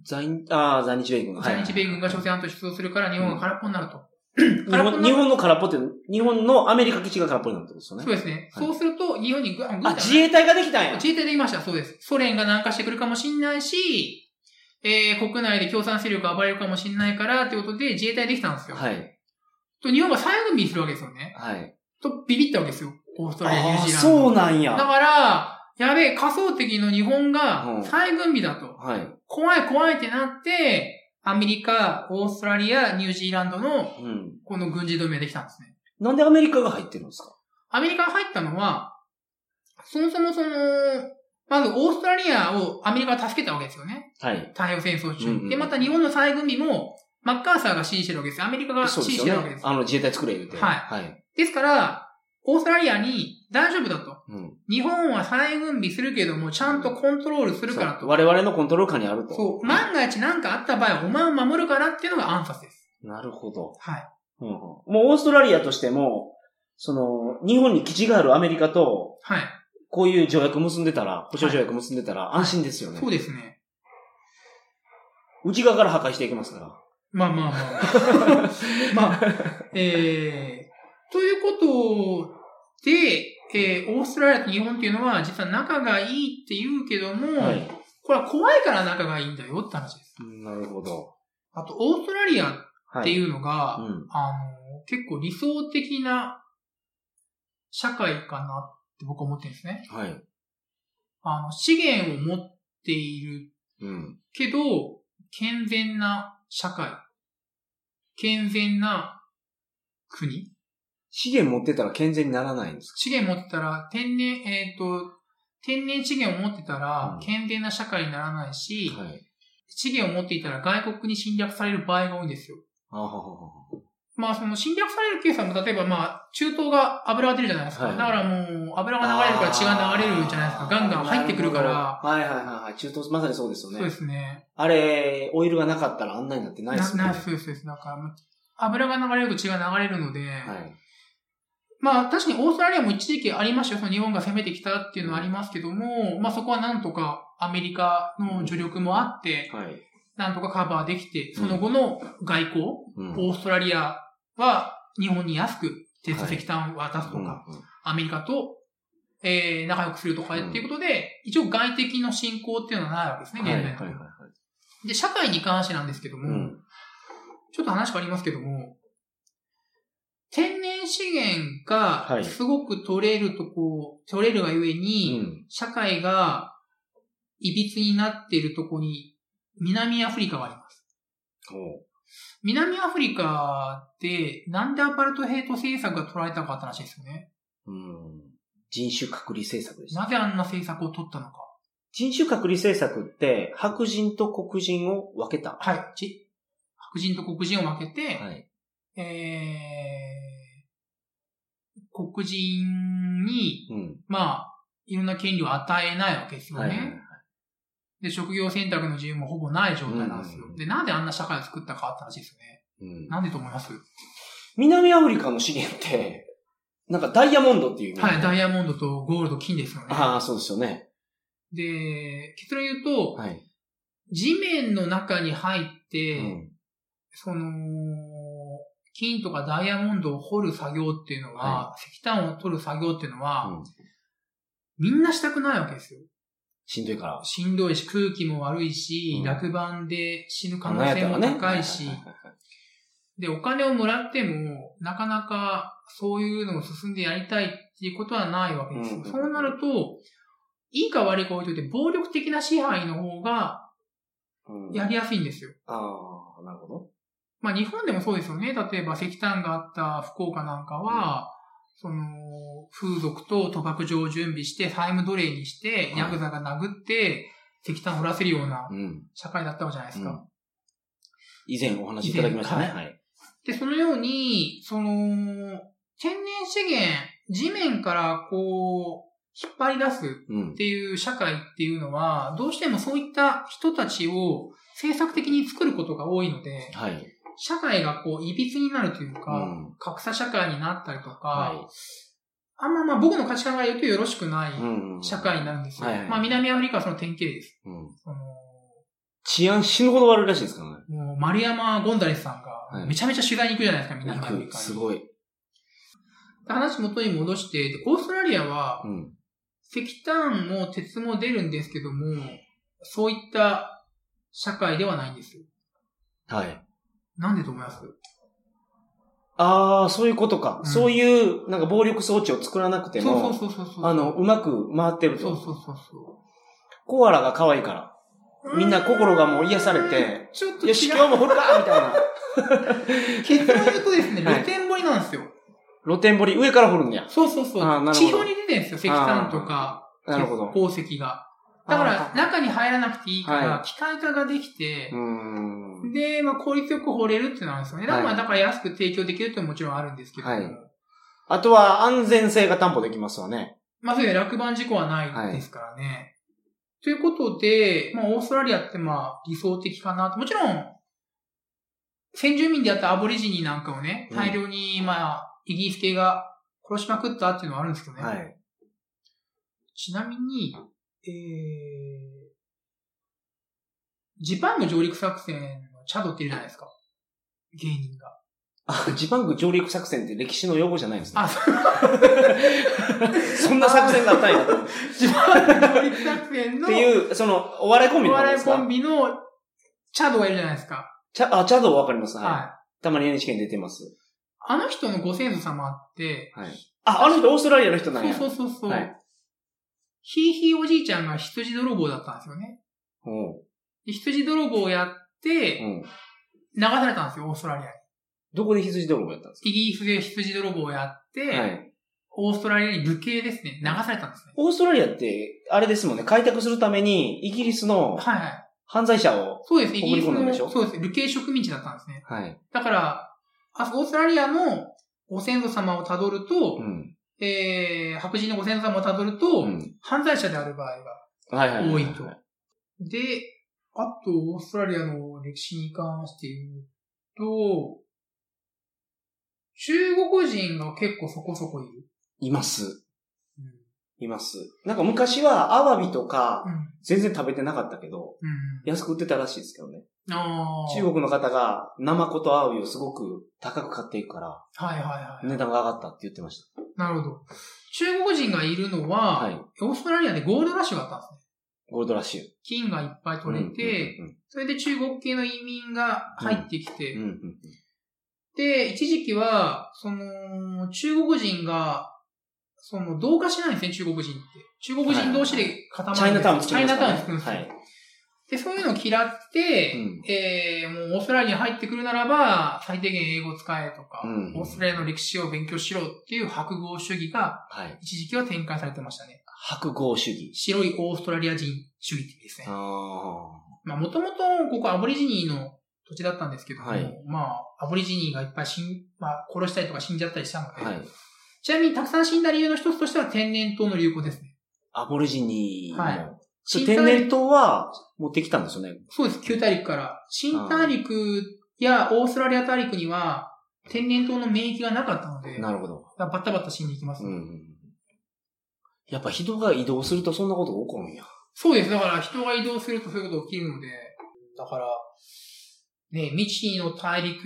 Speaker 1: 在、ああ、在日米軍。はい
Speaker 2: 在日米軍が朝鮮半島に出動するから日本が空っぽになると。
Speaker 1: 日
Speaker 2: 空っぽ
Speaker 1: 本
Speaker 2: にな
Speaker 1: 日
Speaker 2: る
Speaker 1: 本の空っぽって、日本のアメリカ基地が空っぽになるってことですよ
Speaker 2: そう
Speaker 1: ね。
Speaker 2: ですね。
Speaker 1: はい
Speaker 2: そうすると、日本に軍軍隊が
Speaker 1: あ、自衛隊ができたんや。
Speaker 2: 自衛隊できました。そうです。ソ連が南下してくるかもしんないし、えー、国内で共産勢力が暴れるかもしんないから、ということで自衛隊できたんですよ。
Speaker 1: はい。
Speaker 2: と、日本が再軍備するわけですよね。
Speaker 1: はい。
Speaker 2: とビビったわけですよ。オーストラリア、ニュ
Speaker 1: あ
Speaker 2: ー
Speaker 1: あ、
Speaker 2: ジーランド。
Speaker 1: そうなん
Speaker 2: だ
Speaker 1: や。
Speaker 2: から、やべえ、仮想敵の日本
Speaker 1: う
Speaker 2: が
Speaker 1: ん
Speaker 2: 再軍備だと。
Speaker 1: はい。
Speaker 2: 怖い怖いってなって、アメリカ、オーストラリア、ニュージーランドの
Speaker 1: うん。
Speaker 2: この軍事同盟ができたんですね。
Speaker 1: なんでアメリカが入ってるんですか
Speaker 2: アメリカが入ったのは、そもそもその、まずオーストラリアをアメリカが助けたわけですよね。
Speaker 1: はい。
Speaker 2: 太平洋戦争中。
Speaker 1: うんうん
Speaker 2: で、また日本の再軍備も、マッカーサーが支持してるわけですよ。アメリカが
Speaker 1: そう
Speaker 2: 支
Speaker 1: で
Speaker 2: 持
Speaker 1: す
Speaker 2: し
Speaker 1: よ
Speaker 2: てるわけ
Speaker 1: ね
Speaker 2: で。す。
Speaker 1: あの、自衛隊作れ言うて。
Speaker 2: はい
Speaker 1: はい。
Speaker 2: ですから、オーストラリアに大丈夫だと。
Speaker 1: うん。
Speaker 2: 日本は再軍備するけども、ちゃんとコントロールするから
Speaker 1: そう
Speaker 2: と。
Speaker 1: 我々のコントロール下にあると。
Speaker 2: そう。万が一何かあった場合、お前を守るからっていうのが暗殺です。
Speaker 1: なるほど。
Speaker 2: はい。
Speaker 1: うんうんもうオーストラリアとしても、その、日本に基地があるアメリカと、
Speaker 2: はい。
Speaker 1: こういう条約結んでたら、保障条約結んでたら安心ですよね。
Speaker 2: そうですね。
Speaker 1: 内側から破壊していきますから。
Speaker 2: まあまあまあ。 まあ、えー、ということで、えー、オーストラリアと日本っていうのは、実は仲がいいって言うけども、
Speaker 1: はい。
Speaker 2: これは怖いから仲がいいんだよって話です。
Speaker 1: うんなるほど。
Speaker 2: あと、オーストラリアっ
Speaker 1: はい。
Speaker 2: て
Speaker 1: う。
Speaker 2: いうのが、
Speaker 1: ん。
Speaker 2: あの、結構理想的な社会かなって僕は思ってるんですね。
Speaker 1: はい。
Speaker 2: あの、資源を持っている
Speaker 1: うん。
Speaker 2: けど、健全な社会。健全な国。
Speaker 1: 資源持ってたら健全にならないんですか
Speaker 2: 資源持ってたら、天然、えっ、と、天然資源を持ってたら
Speaker 1: うん、
Speaker 2: 健全な社会にならないし、
Speaker 1: はい。
Speaker 2: 資源を持っていたら外国に侵略される場合が多いんですよ。
Speaker 1: あはははは。
Speaker 2: まあその侵略されるケースはもう例えばまあ中東が油が出るじゃないですか。
Speaker 1: はい
Speaker 2: だからもう油が流れるから血が流れるじゃないですか。ガンガン入ってくるから。
Speaker 1: あー。なるほどはいはいはいはい。中東、まさにそうですよね。
Speaker 2: そうですね。
Speaker 1: あれ、オイルがなかったらあんなになってない
Speaker 2: な
Speaker 1: で
Speaker 2: な
Speaker 1: す
Speaker 2: そう
Speaker 1: よね。
Speaker 2: ですそうです。だからもう油が流れると血が流れるので、
Speaker 1: はい。
Speaker 2: まあ確かにオーストラリアも一時期ありましたよ。その日本が攻めてきたっていうのはありますけども、まあそこはなんとかアメリカの助力もあって、
Speaker 1: はい。
Speaker 2: なんとかカバーできて、その後の外交、
Speaker 1: うん
Speaker 2: オーストラリアは日本に安く鉄と石炭を渡すとか、
Speaker 1: うん
Speaker 2: アメリカと、えー、仲良くするとかっていうことで、一応外敵の進行っていうのはないわけですね、
Speaker 1: は
Speaker 2: 現
Speaker 1: いは
Speaker 2: 在
Speaker 1: い
Speaker 2: の、
Speaker 1: はいはい。
Speaker 2: で、社会に関してなんですけども、
Speaker 1: うん。
Speaker 2: ちょっと話変わりますけども、天然資源が
Speaker 1: はい
Speaker 2: すごく取れるとこう、取れるがゆえに、
Speaker 1: うん
Speaker 2: 社会が歪になっているとこに、南アフリカがあります。
Speaker 1: おう
Speaker 2: 南アフリカって、なんでアパルトヘイト政策が取られたのかって話ですよね。
Speaker 1: うん人種隔離政策です。
Speaker 2: なぜあんな政策を取ったのか。
Speaker 1: 人種隔離政策って、白人と黒人を分けた。は
Speaker 2: はい。ち白人と黒人を分けて、
Speaker 1: はい。
Speaker 2: えー、黒人に、
Speaker 1: うん。
Speaker 2: まあ、いろんな権利を与えないわけですよね。
Speaker 1: はいはい。
Speaker 2: で、職業選択の自由もほぼない状態なんですよ。
Speaker 1: うん
Speaker 2: で、なんであんな社会を作ったかって話ですよね。
Speaker 1: うん
Speaker 2: なんでと思います、
Speaker 1: 南アフリカの資源って、なんかダイヤモンドっていう意味。
Speaker 2: はい、ダイヤモンドとゴールド、金ですよね。
Speaker 1: ああ、そうですよね。
Speaker 2: で、結論言うと、
Speaker 1: はい。
Speaker 2: 地面の中に入って、
Speaker 1: うん
Speaker 2: その、金とかダイヤモンドを掘る作業っていうのは、石炭を取る作業っていうのは、
Speaker 1: うん
Speaker 2: みんなしたくないわけですよ。
Speaker 1: しんどいから。
Speaker 2: しんどいし、空気も悪いし、
Speaker 1: うん
Speaker 2: 落盤で死ぬ可能性も高いし、
Speaker 1: はいはいはいはい
Speaker 2: で、お金をもらっても、なかなかそういうのを進んでやりたいっていうことはないわけですよ。
Speaker 1: うん
Speaker 2: そうなると、いいか悪いか置いといて、暴力的な支配の方が
Speaker 1: うん
Speaker 2: やりやすいんですよ。
Speaker 1: ああ、なるほど。
Speaker 2: まあ日本でもそうですよね。例えば石炭があった福岡なんかは、その、風俗と賭博場を準備して、債務奴隷にして
Speaker 1: は、い
Speaker 2: ヤクザが殴って、石炭を掘らせるような
Speaker 1: うん。
Speaker 2: 社会だったわけじゃないですか。
Speaker 1: うん以前お話いただきましたね。
Speaker 2: 以前
Speaker 1: はい。
Speaker 2: で、そのように、その、天然資源、地面からこう、引っ張り出すっ
Speaker 1: うん。
Speaker 2: ていう社会っていうのは、どうしてもそういった人たちを政策的に作ることが多いので、
Speaker 1: はい。
Speaker 2: 社会がこう、いびつになるという
Speaker 1: う
Speaker 2: か、
Speaker 1: ん。
Speaker 2: 格差社会になったりとか、
Speaker 1: は
Speaker 2: あんままあ僕の価値観が言うとよろしくない
Speaker 1: い。うん
Speaker 2: 社会になるんですよ。
Speaker 1: はいはい
Speaker 2: まあ南アフリカはその典型です。
Speaker 1: うん。
Speaker 2: その
Speaker 1: 治安死ぬほど悪いらしいですからね。
Speaker 2: もう丸山ゴンザレスさん
Speaker 1: は
Speaker 2: が
Speaker 1: い
Speaker 2: めちゃめちゃ取材に行くじゃないですか、南アフリ
Speaker 1: 行く、
Speaker 2: カ
Speaker 1: す
Speaker 2: に。
Speaker 1: ごい。
Speaker 2: 話元に戻して、でオーストラリアは
Speaker 1: うん。
Speaker 2: 石炭も鉄も出るんですけども、そういった社会ではないんですよ。
Speaker 1: はい。
Speaker 2: なんでと思います
Speaker 1: ああ、そういうことか。
Speaker 2: うん
Speaker 1: そういう、なんか暴力装置を作らなくて
Speaker 2: そう
Speaker 1: も、
Speaker 2: そうそうそうそう。
Speaker 1: あの、うまく回ってると。
Speaker 2: そうそうそうそ
Speaker 1: コアラが可愛いから。
Speaker 2: う。
Speaker 1: みんな心がもう癒されて、
Speaker 2: ちょっと違
Speaker 1: よ
Speaker 2: う。
Speaker 1: し、今日も掘るかみたいな。
Speaker 2: 結論言うとです ね、
Speaker 1: はい
Speaker 2: 露天掘りなんですよ。
Speaker 1: 露天掘り、上から掘るんや。
Speaker 2: そうそうそう
Speaker 1: あーなるほ。ど
Speaker 2: 地表に出てるんですよ、石炭とか、
Speaker 1: なるほど。
Speaker 2: 鉱石が。だから、
Speaker 1: あ
Speaker 2: 中に入らなくていいから、
Speaker 1: は
Speaker 2: 機械化ができて
Speaker 1: ーう、ーん。
Speaker 2: で、まあ、効率よく掘れるっていうのはあるんですよね。だから、
Speaker 1: はい
Speaker 2: だから安く提供できるっていうのももちろんあるんですけども、
Speaker 1: はいあとは安全性が担保できますわね。
Speaker 2: まあ、そういう落盤事故はないですからね。ということで、まあ、オーストラリアってまあ、理想的かなと。もちろん、先住民であったアボリジニなんかをね、
Speaker 1: うん
Speaker 2: 大量に、まあ、イギリス系が殺しまくったっていうのはあるんですけどね。
Speaker 1: はい。
Speaker 2: ちなみに、えー、ジパング上陸作戦のチャドっているじゃないですか。芸 人が。
Speaker 1: あ、ジパング上陸作戦って歴史の用語じゃないんですね。
Speaker 2: あ、そう。
Speaker 1: そんな作戦があったんやと思う。っ
Speaker 2: ジパング上陸作戦の
Speaker 1: て、いう、その、お笑いコンビ
Speaker 2: お
Speaker 1: の方
Speaker 2: 笑
Speaker 1: で
Speaker 2: い
Speaker 1: す
Speaker 2: コン
Speaker 1: か
Speaker 2: ビのチャドがいるじゃないですか。
Speaker 1: チャ、あ、チャドわかります。
Speaker 2: はい
Speaker 1: は。い。たまに NHK に出てます。
Speaker 2: あの人のご先祖様って、
Speaker 1: はい。あ、あの人オーストラリアの人なんや。
Speaker 2: そうそうそうそう、
Speaker 1: はい
Speaker 2: ひいひいおじいちゃんが羊泥棒だったんですよね。
Speaker 1: おう
Speaker 2: で羊泥棒をやって、
Speaker 1: うん。
Speaker 2: 流されたんですよ、オーストラリア
Speaker 1: どこで羊泥棒やったんです
Speaker 2: に。イギリスで羊泥棒をやって、
Speaker 1: かはい。
Speaker 2: オーストラリアに武系ですね、流されたんですね。
Speaker 1: オーストラリアって、あれですもんね、開拓するために、イギリスの
Speaker 2: はいはい。
Speaker 1: 犯罪者を、
Speaker 2: そうです、イギリス
Speaker 1: 送り込んだん
Speaker 2: の、
Speaker 1: でしょ
Speaker 2: そうです、武系植民地だったんですね。
Speaker 1: はい。
Speaker 2: だから、あオーストラリアのご先祖様をたどると、
Speaker 1: うん。
Speaker 2: えー、白人のご先祖様をたどると、
Speaker 1: うん。
Speaker 2: 犯罪者である場合が
Speaker 1: はいはいはは。
Speaker 2: 多いと。で、あと、オーストラリアの歴史に関して言うと、中国人が結構そこそこいる。
Speaker 1: います。
Speaker 2: うん。
Speaker 1: います。なんか昔は、アワビとか、
Speaker 2: うん。
Speaker 1: 全然食べてなかったけど、
Speaker 2: うん、
Speaker 1: 安く売ってたらしいですけどね。
Speaker 2: ああ。
Speaker 1: 中国の方が、ナマコとアワビをすごく高く買っていくから、
Speaker 2: はいはいはい。
Speaker 1: 値段が上がったって言ってまし
Speaker 2: なるほど。中国人がいるの
Speaker 1: た。
Speaker 2: は、
Speaker 1: はい。
Speaker 2: オーストラリアでゴールドラッシュがあったんですね。
Speaker 1: ゴールドラッシュ。
Speaker 2: 金がいっぱい取れて、
Speaker 1: うんうん
Speaker 2: それで中国系の移民が入ってきて、
Speaker 1: うんうんうん。
Speaker 2: で、一時期は、その、中国人が、その、同化しないんですね、中国人って。中国人同士で固まる
Speaker 1: チャイ
Speaker 2: ん
Speaker 1: ナ
Speaker 2: です、
Speaker 1: タウン作りま
Speaker 2: チ
Speaker 1: し
Speaker 2: ャイ
Speaker 1: た
Speaker 2: ナタウン作るん
Speaker 1: ね。
Speaker 2: です
Speaker 1: は
Speaker 2: よ
Speaker 1: い。
Speaker 2: で、そういうのを嫌って、
Speaker 1: うん
Speaker 2: えー、もうオーストラリアに入ってくるならば、最低限英語使えとか、
Speaker 1: うん
Speaker 2: オーストラリアの歴史を勉強しろっていう白豪主義が、
Speaker 1: はい。
Speaker 2: 一時期は展開されてましたね。
Speaker 1: 白豪主義。
Speaker 2: 白いオーストラリア人主義って意味ですね。
Speaker 1: あ
Speaker 2: まあ、もともと、ここアボリジニーの土地だったんですけども、
Speaker 1: はい
Speaker 2: まあ、アボリジニーがいっぱい死ん、まあ、殺したりとか死んじゃったりしたの
Speaker 1: あ。
Speaker 2: で、
Speaker 1: はい。
Speaker 2: ちなみにたくさん死んだ理由の一つとしては天然痘の流行ですね。
Speaker 1: アボリジニーも。
Speaker 2: はい
Speaker 1: そう天然痘は持ってきたんですよね。
Speaker 2: そうです、旧大陸から。新大陸やオーストラリア大陸には、天然痘の免疫がなかったので、
Speaker 1: なるほど。
Speaker 2: バッタバッタ死んでいきます、
Speaker 1: うんうん。やっぱ人が移動するとそんなことが起こるんや。
Speaker 2: そうです、だから人が移動するとそういうことが起きるので、だから、ね、未知の大陸っ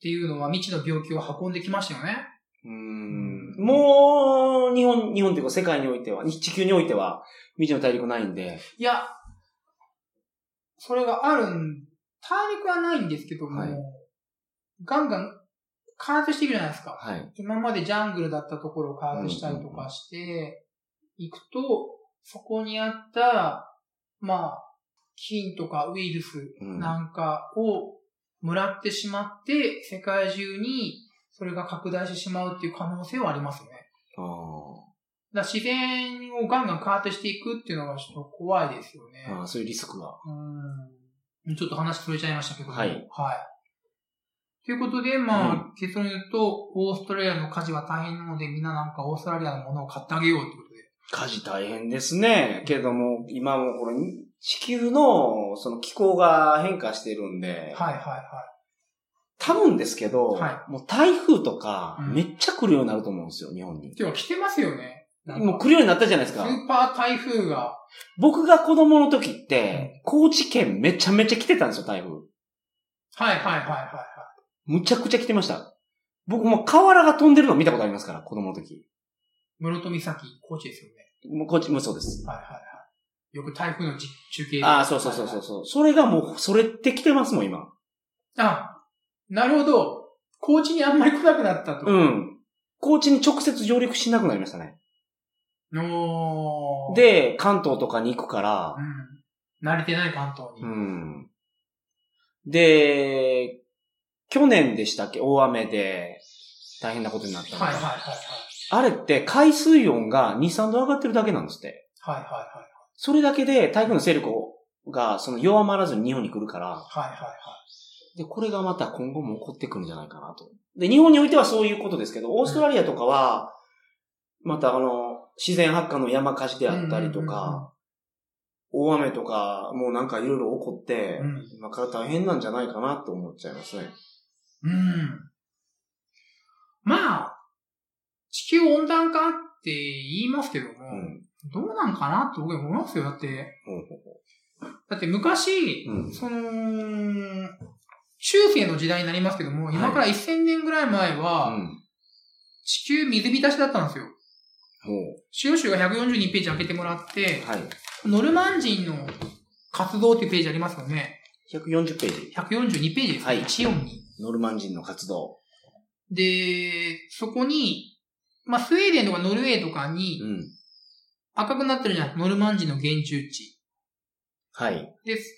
Speaker 2: ていうのは未知の病気を運んできましたよね。
Speaker 1: うん。もう、日本、日本というか世界においては、地球においては、未知の大陸ないんで。
Speaker 2: いや、それがあるん、大陸はないんですけども、
Speaker 1: はい
Speaker 2: ガンガン開発していくじゃないですか。
Speaker 1: はい。
Speaker 2: 今までジャングルだったところを開発したりとかして、いくと、そこにあった、まあ、菌とかウイルス
Speaker 1: うん。
Speaker 2: なんかをもらってしまって、世界中にそれが拡大してしまうっていう可能性はありますよね。
Speaker 1: あ
Speaker 2: だから自然をガンガン開発していくっていうのがちょっと怖いですよね。
Speaker 1: ーあー。そういうリスクは。
Speaker 2: うんちょっと話それちゃいましたけど。
Speaker 1: はい
Speaker 2: はい。ということで、まあ、結論言うと、オーストラリアの家事は大変なので、みんななんかオーストラリアのものを買ってあげようってことで。
Speaker 1: 家事大変ですね。けども、今もこれ、地球の、その気候が変化してるんで、
Speaker 2: はいはいは
Speaker 1: 多分ですけど、
Speaker 2: は
Speaker 1: もう台風とか
Speaker 2: う、ん
Speaker 1: めっちゃ来るようになると思うんですよ、日本に
Speaker 2: い。。てか来てますよね。なん
Speaker 1: もう
Speaker 2: か
Speaker 1: 来るようになったじゃないです
Speaker 2: ス
Speaker 1: か。
Speaker 2: ーパー台風が。
Speaker 1: 僕が子供の時って、高知県めちゃめちゃ来てたんですよ、台風。
Speaker 2: はいはいはいはい
Speaker 1: むちゃくちゃ来てました。僕もう瓦が飛んでるの見たことありますから、子供の時。
Speaker 2: はい。室戸岬、高知ですよね。
Speaker 1: もうこっち、もうそうです。
Speaker 2: はいはいはい。よく台風のじ中継で
Speaker 1: ああ、そうそうそうそう
Speaker 2: はいはい
Speaker 1: そう。それがもう、それって来てますもん、今。
Speaker 2: あ、なるほど。高知にあんまり来なくなったと。
Speaker 1: うん。高知に直接上陸しなくなりましたね。
Speaker 2: おー、
Speaker 1: で、関東とかに行くから
Speaker 2: う、ん。慣れてない関東に。
Speaker 1: うん。で、去年でしたっけ大雨で、大変なことになったのが
Speaker 2: はいはいはいはい。
Speaker 1: あれって海水温が2、3度上がってるだけなんですって。
Speaker 2: はいはいはい。
Speaker 1: それだけで台風の勢力がその弱まらずに日本に来るから、
Speaker 2: はいはいはい。
Speaker 1: で、これがまた今後も起こってくるんじゃないかなと。で、日本においてはそういうことですけど、オーストラリアとかは、またあの、自然発火の山火事であったりとか、大雨とか、もうなんかいろいろ起こって、
Speaker 2: うん。
Speaker 1: 今から大変なんじゃないかなと思っちゃいますね。
Speaker 2: うん。まあ、地球温暖化って言いますけども、
Speaker 1: うん。
Speaker 2: どうなんかなと僕は思いますよ。だって、
Speaker 1: ほう
Speaker 2: だって昔、
Speaker 1: ほううん。
Speaker 2: その、中世の時代になりますけども、今から1000年ぐらい前は、
Speaker 1: うん。
Speaker 2: 地球水浸しだったんですよ。
Speaker 1: ほ
Speaker 2: 資料集が142ページ開けてもらって
Speaker 1: う。、はい。
Speaker 2: ノルマン人の活動っていうページありますよね。
Speaker 1: 140ページ。
Speaker 2: 142ページですね。
Speaker 1: はい
Speaker 2: 142。
Speaker 1: ノルマン人の活動。
Speaker 2: で、そこに、まあ、スウェーデンとかノルウェーとかに
Speaker 1: うん。
Speaker 2: 赤くなってるじゃないノルマン人の原住地。
Speaker 1: はい。
Speaker 2: です。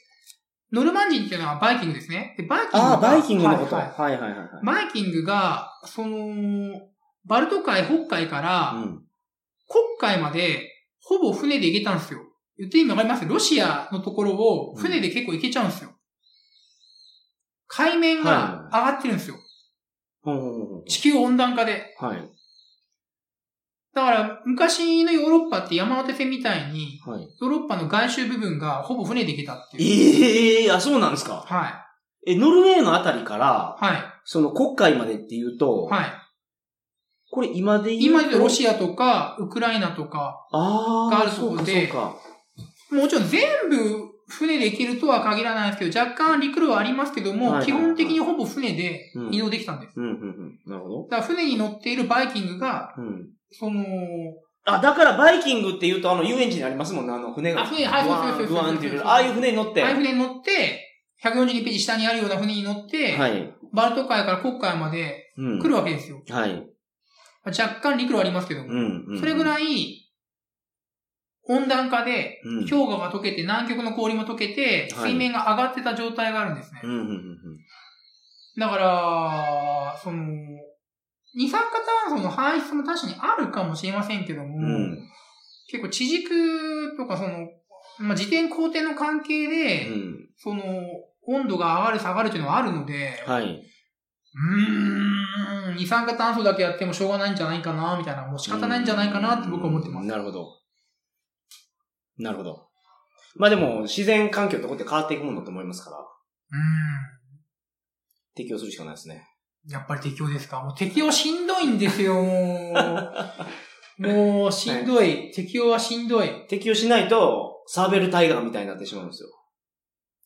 Speaker 2: ノルマン人っていうのはバイキングですね。でバイキングが
Speaker 1: ああ、バイキングのこと。
Speaker 2: は
Speaker 1: はいい
Speaker 2: は
Speaker 1: は
Speaker 2: い
Speaker 1: いはいはい。
Speaker 2: バイキングが、その、バルト海、北海から、
Speaker 1: うん。
Speaker 2: 黒海まで、ほぼ船で行けたんですよ。言って意味わかりますロシアのところを船で結構行けちゃうんですよ。海面が上がってるんですよ。
Speaker 1: ほうほうほうほう
Speaker 2: 地球温暖化で。
Speaker 1: はい。
Speaker 2: だから、昔のヨーロッパって山手線みたいに、
Speaker 1: はい。
Speaker 2: ヨーロッパの外周部分がほぼ船で行けたってい
Speaker 1: え
Speaker 2: う。
Speaker 1: えあ、そうなんですか。
Speaker 2: はい。
Speaker 1: え、ノルウェーのあたりから、
Speaker 2: はい。
Speaker 1: その国会までっていうと、
Speaker 2: はい。
Speaker 1: これ今で言うと。
Speaker 2: 今でロシアとか、ウクライナとか、
Speaker 1: あ
Speaker 2: があ
Speaker 1: あ
Speaker 2: ると
Speaker 1: そう
Speaker 2: こ
Speaker 1: か、そ
Speaker 2: で
Speaker 1: うか。
Speaker 2: もちろん全部船で行けるとは限らないですけど、若干陸路はありますけど
Speaker 1: はい
Speaker 2: も、
Speaker 1: はいはい
Speaker 2: 基本的にほぼ船で移動できたんです。
Speaker 1: うん、うん、うん。なるほど。
Speaker 2: だから船に乗っているバイキングが、
Speaker 1: うん。
Speaker 2: その、
Speaker 1: あ、だからバイキングって言うと、あの、遊園地にありますもんね、あの、船が。
Speaker 2: あ船はいそうそうそうそう
Speaker 1: ドワーンドワーンっていう。ああいう船に乗って。
Speaker 2: ああいう船に乗って、142ページ下にあるような船に乗って、
Speaker 1: はい。
Speaker 2: バルト海から黒海まで
Speaker 1: うん。
Speaker 2: 来るわけですよ。
Speaker 1: はい。
Speaker 2: 若干陸路はありますけども。
Speaker 1: うん、うん。
Speaker 2: それぐ
Speaker 1: い、
Speaker 2: らい、温暖化で、
Speaker 1: うん。
Speaker 2: 氷河が溶けて、南極の氷も溶けて、
Speaker 1: はい
Speaker 2: 水面が上がってた状態があるんですね。
Speaker 1: うん、うん、うん
Speaker 2: だから、その、二酸化炭素の排出も確かにあるかもしれませんけども、
Speaker 1: うん。うん。
Speaker 2: 結構地軸とかその、まあ、自転公転の関係で、
Speaker 1: うん。
Speaker 2: その、温度が上がる下がるというのはあるので、
Speaker 1: はい。
Speaker 2: うーん、二酸化炭素だけやってもしょうがないんじゃないかな、みたいな、もう仕方ないんじゃないかなって僕は思ってま
Speaker 1: うん
Speaker 2: す。
Speaker 1: なるほど。なるほど。まあでも、自然環境ってこうやって変わっていくもんだと思いますから、
Speaker 2: うん
Speaker 1: 適応するしかないですね。
Speaker 2: やっぱり適応ですかもう適応しんどいんですよ、もう。もう、しんどい。適応はしんどい。
Speaker 1: 適応しないと、サーベルタイガーみたいになってしまうんですよ。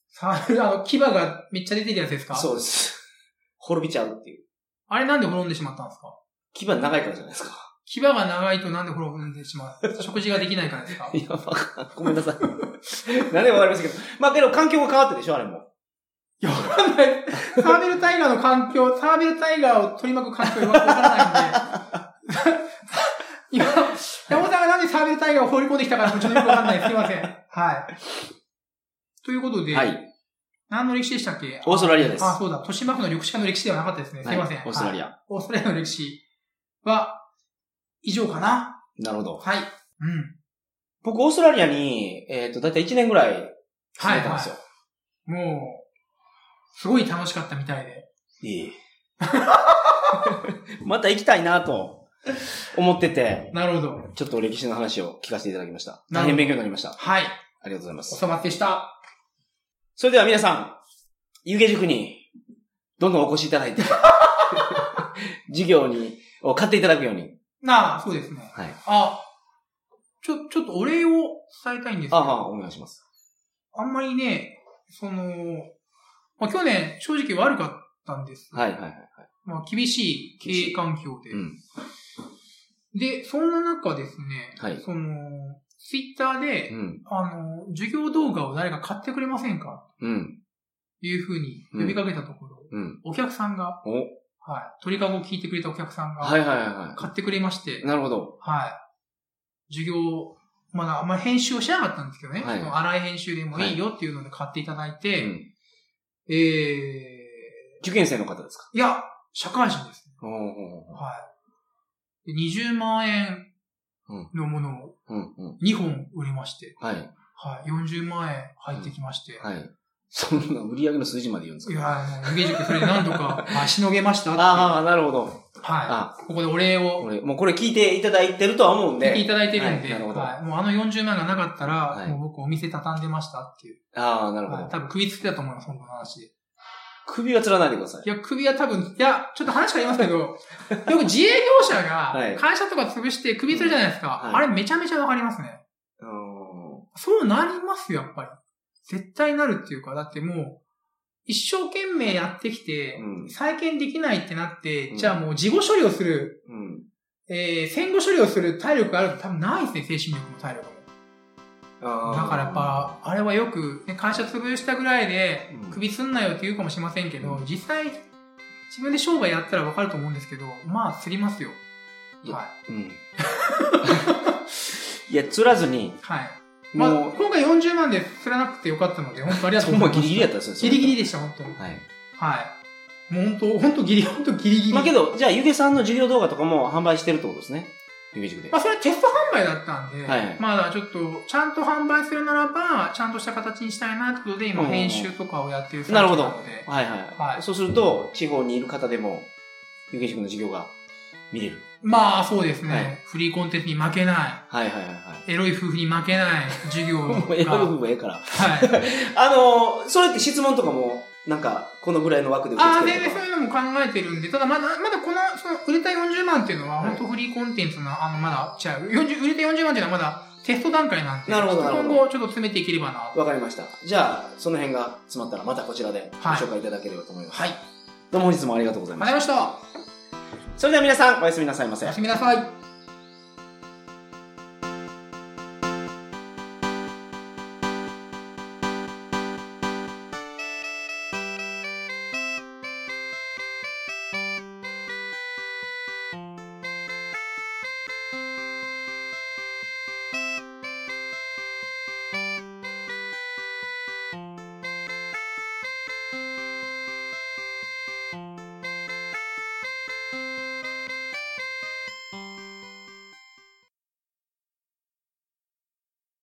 Speaker 2: さあ、あの、牙がめっちゃ出てるやつですか。
Speaker 1: そううです。 滅びちゃうっていう。
Speaker 2: あれなんで滅んでしまったんですか
Speaker 1: 牙長いからじゃないですか。
Speaker 2: 牙が長いとなんで滅んでしまう食事ができ ないからですか
Speaker 1: いや、わかん ごめんなさい。何でもわかりましたけど。まあけど、環境が変わってでしょ、あれも。
Speaker 2: いや、わかんない。サーベルタイガーの環境、サーベルタイガーを取り巻く環境がわからないんで。 今、山本さんがなんでサーベルタイガーを放り込んできたからちょっとよくわかんない。すいません。はい。ということで、
Speaker 1: はい。
Speaker 2: 何の歴史でしたっけ
Speaker 1: オーストラリアです。
Speaker 2: あ、そうだ。豊島区の緑地化の歴史ではなかったですね。すいません。
Speaker 1: はオーストラ
Speaker 2: はい
Speaker 1: リア。
Speaker 2: オーストラリアの歴史は、以上かな
Speaker 1: なるほど。
Speaker 2: はい。うん。
Speaker 1: 僕、オーストラリアに、えっ、と、だいたい1年ぐらい住ん
Speaker 2: は
Speaker 1: でた
Speaker 2: い、
Speaker 1: んで
Speaker 2: は
Speaker 1: すよ。
Speaker 2: い。もう、すごい楽しかったみたいで。
Speaker 1: いい また行きたいなと思ってて、
Speaker 2: なるほど。
Speaker 1: ちょっと歴史の話を聞かせていただきました。大
Speaker 2: なるほど
Speaker 1: 変勉強になりました。あ
Speaker 2: はい。
Speaker 1: りがとうございま
Speaker 2: お
Speaker 1: す。
Speaker 2: さまってした。
Speaker 1: それでは皆さん、湯気塾に、どんどんお越しいただいて、 授業に、を買っていただくように。
Speaker 2: なあ、そうですね。
Speaker 1: はい。
Speaker 2: あ、ちょ、ちょっとお礼を伝えたいんですけ
Speaker 1: あ
Speaker 2: ど、
Speaker 1: あ、お願いします。
Speaker 2: あんまりね、その、まあ、去年、正直悪かったんです。
Speaker 1: はい、はい、はい。
Speaker 2: まあ、厳しい経営環境で。
Speaker 1: うん。
Speaker 2: で、そんな中ですね、
Speaker 1: はい
Speaker 2: その、ツイッターで、
Speaker 1: うん。
Speaker 2: あの、授業動画を誰か買ってくれませんか
Speaker 1: うん。
Speaker 2: というふうに呼びかけたところ、
Speaker 1: うん。
Speaker 2: お客さんが、
Speaker 1: お
Speaker 2: はい、鳥かごを聞いてくれたお客さんが、
Speaker 1: はい、はい、はいは
Speaker 2: 買ってくれまして
Speaker 1: い。、なるほど。
Speaker 2: はい、授業、まだあんまり編集をしなかったんですけどね、
Speaker 1: はい
Speaker 2: その荒い編集でもいいよっていうので買っていただいうて、
Speaker 1: ん。
Speaker 2: えー、
Speaker 1: 受験生の方ですか
Speaker 2: いや、社会人ですね。
Speaker 1: おーおー
Speaker 2: はい。で20万円のものを
Speaker 1: うん、うん。
Speaker 2: 2本売りまして、
Speaker 1: はい、
Speaker 2: はい、40万円入ってきまして、
Speaker 1: はい。そんな売り上げの数字まで言うんです
Speaker 2: い
Speaker 1: か
Speaker 2: や、もう、湯気塾それ何度 か、まあ、しのげましたっていう
Speaker 1: ああ、なるほど。
Speaker 2: は
Speaker 1: あ
Speaker 2: い。ここでお礼を
Speaker 1: これ、もうこれ聞いていただいてるとは思うん
Speaker 2: 言ってい
Speaker 1: で。
Speaker 2: ただいてるんで、
Speaker 1: はいなるほど
Speaker 2: はいもうあの40万がなかったら、
Speaker 1: はい
Speaker 2: もう僕お店畳んでましたっていう。
Speaker 1: ああ、なるほ
Speaker 2: はい
Speaker 1: ど。
Speaker 2: 多分首つってたと思います、本の話で。い
Speaker 1: 首は釣らないでください。
Speaker 2: や、首は多分、いや、ちょっと話変わりま すけど、よく自営業者
Speaker 1: はい
Speaker 2: が会社とか潰して首するじゃないですか。
Speaker 1: はい
Speaker 2: あれめちゃめちゃわかりますね。
Speaker 1: うーん
Speaker 2: そうなりますよ、やっぱり。絶対なるっていうか、だってもう、一生懸命やってきて、
Speaker 1: うん
Speaker 2: 再建できないってなって、
Speaker 1: うん
Speaker 2: じゃあもう事後処理をする、
Speaker 1: うん。
Speaker 2: えー、戦後処理をする体力があると多分ないですね、精神力も体力も。
Speaker 1: あー
Speaker 2: だからやっ、ぱ、あれはよく、ね、会社潰したぐらいで
Speaker 1: うん、
Speaker 2: 首すんなよって言うかもしれませんけど、
Speaker 1: う
Speaker 2: 実際、自分で商売やったらわかると思うんですけど、まあ、釣りますよ。
Speaker 1: いや
Speaker 2: はい。
Speaker 1: うん。 いや、釣らずに、
Speaker 2: はい。まあ、
Speaker 1: もう、
Speaker 2: 今回40万で釣らなくてよかったので、本当ありがとう
Speaker 1: ほ
Speaker 2: ご
Speaker 1: ん
Speaker 2: ざい
Speaker 1: ま
Speaker 2: ます。
Speaker 1: ギリギリやったんですよ。そ
Speaker 2: ギ
Speaker 1: れ
Speaker 2: リギリでした、本当に。
Speaker 1: はい。
Speaker 2: はい。もう本当、本当ギリ、 本当ギリギリ。
Speaker 1: まあけ
Speaker 2: ど、
Speaker 1: ど、じゃあ、ゆげさんの授業動画とかも販売してるってことですね。ゆげ塾で。
Speaker 2: まあそれはテスト販売だったんで、
Speaker 1: はい
Speaker 2: まだちょっと、ちゃんと販売するならば、ちゃんとした形にしたいなってことで、今
Speaker 1: うん
Speaker 2: 編集とかをやってる最
Speaker 1: なる
Speaker 2: 中
Speaker 1: ほど。
Speaker 2: ので、
Speaker 1: はいはい。
Speaker 2: はい
Speaker 1: そうすると、地方にいる方でも、ゆげ塾の授業が見れる。
Speaker 2: まあそうですね、
Speaker 1: はい
Speaker 2: フリーコンテンツに負けな
Speaker 1: はいはいはい
Speaker 2: い、エロい夫婦に負けない授業
Speaker 1: はい。
Speaker 2: が、
Speaker 1: もう、エロい部分はええから。
Speaker 2: はい。
Speaker 1: あのー、それって質問とかも、なんか、このぐらいの枠で受け
Speaker 2: ああ、
Speaker 1: 付け
Speaker 2: 全
Speaker 1: る
Speaker 2: 然
Speaker 1: と
Speaker 2: そう
Speaker 1: か。
Speaker 2: いうのも考えてるんで、ただまだ、まだこの、その、売れた40万っていうのは、
Speaker 1: はい
Speaker 2: 本当フリーコンテンツの、あの、まだ、違う、40売れた40万っていうのはまだテスト段階なんで、
Speaker 1: なるほどなるほど
Speaker 2: 今後ちょっと詰めていければなと。
Speaker 1: わかりました。じゃあ、その辺が詰まったら、またこちらでご紹介いただければと思います。
Speaker 2: はい。
Speaker 1: どうも本日もありがとうござい
Speaker 2: わ
Speaker 1: ま
Speaker 2: か
Speaker 1: し
Speaker 2: りました。
Speaker 1: た。それでは皆さん、おやすみなさいま
Speaker 2: お
Speaker 1: せ
Speaker 2: やす。みなさい。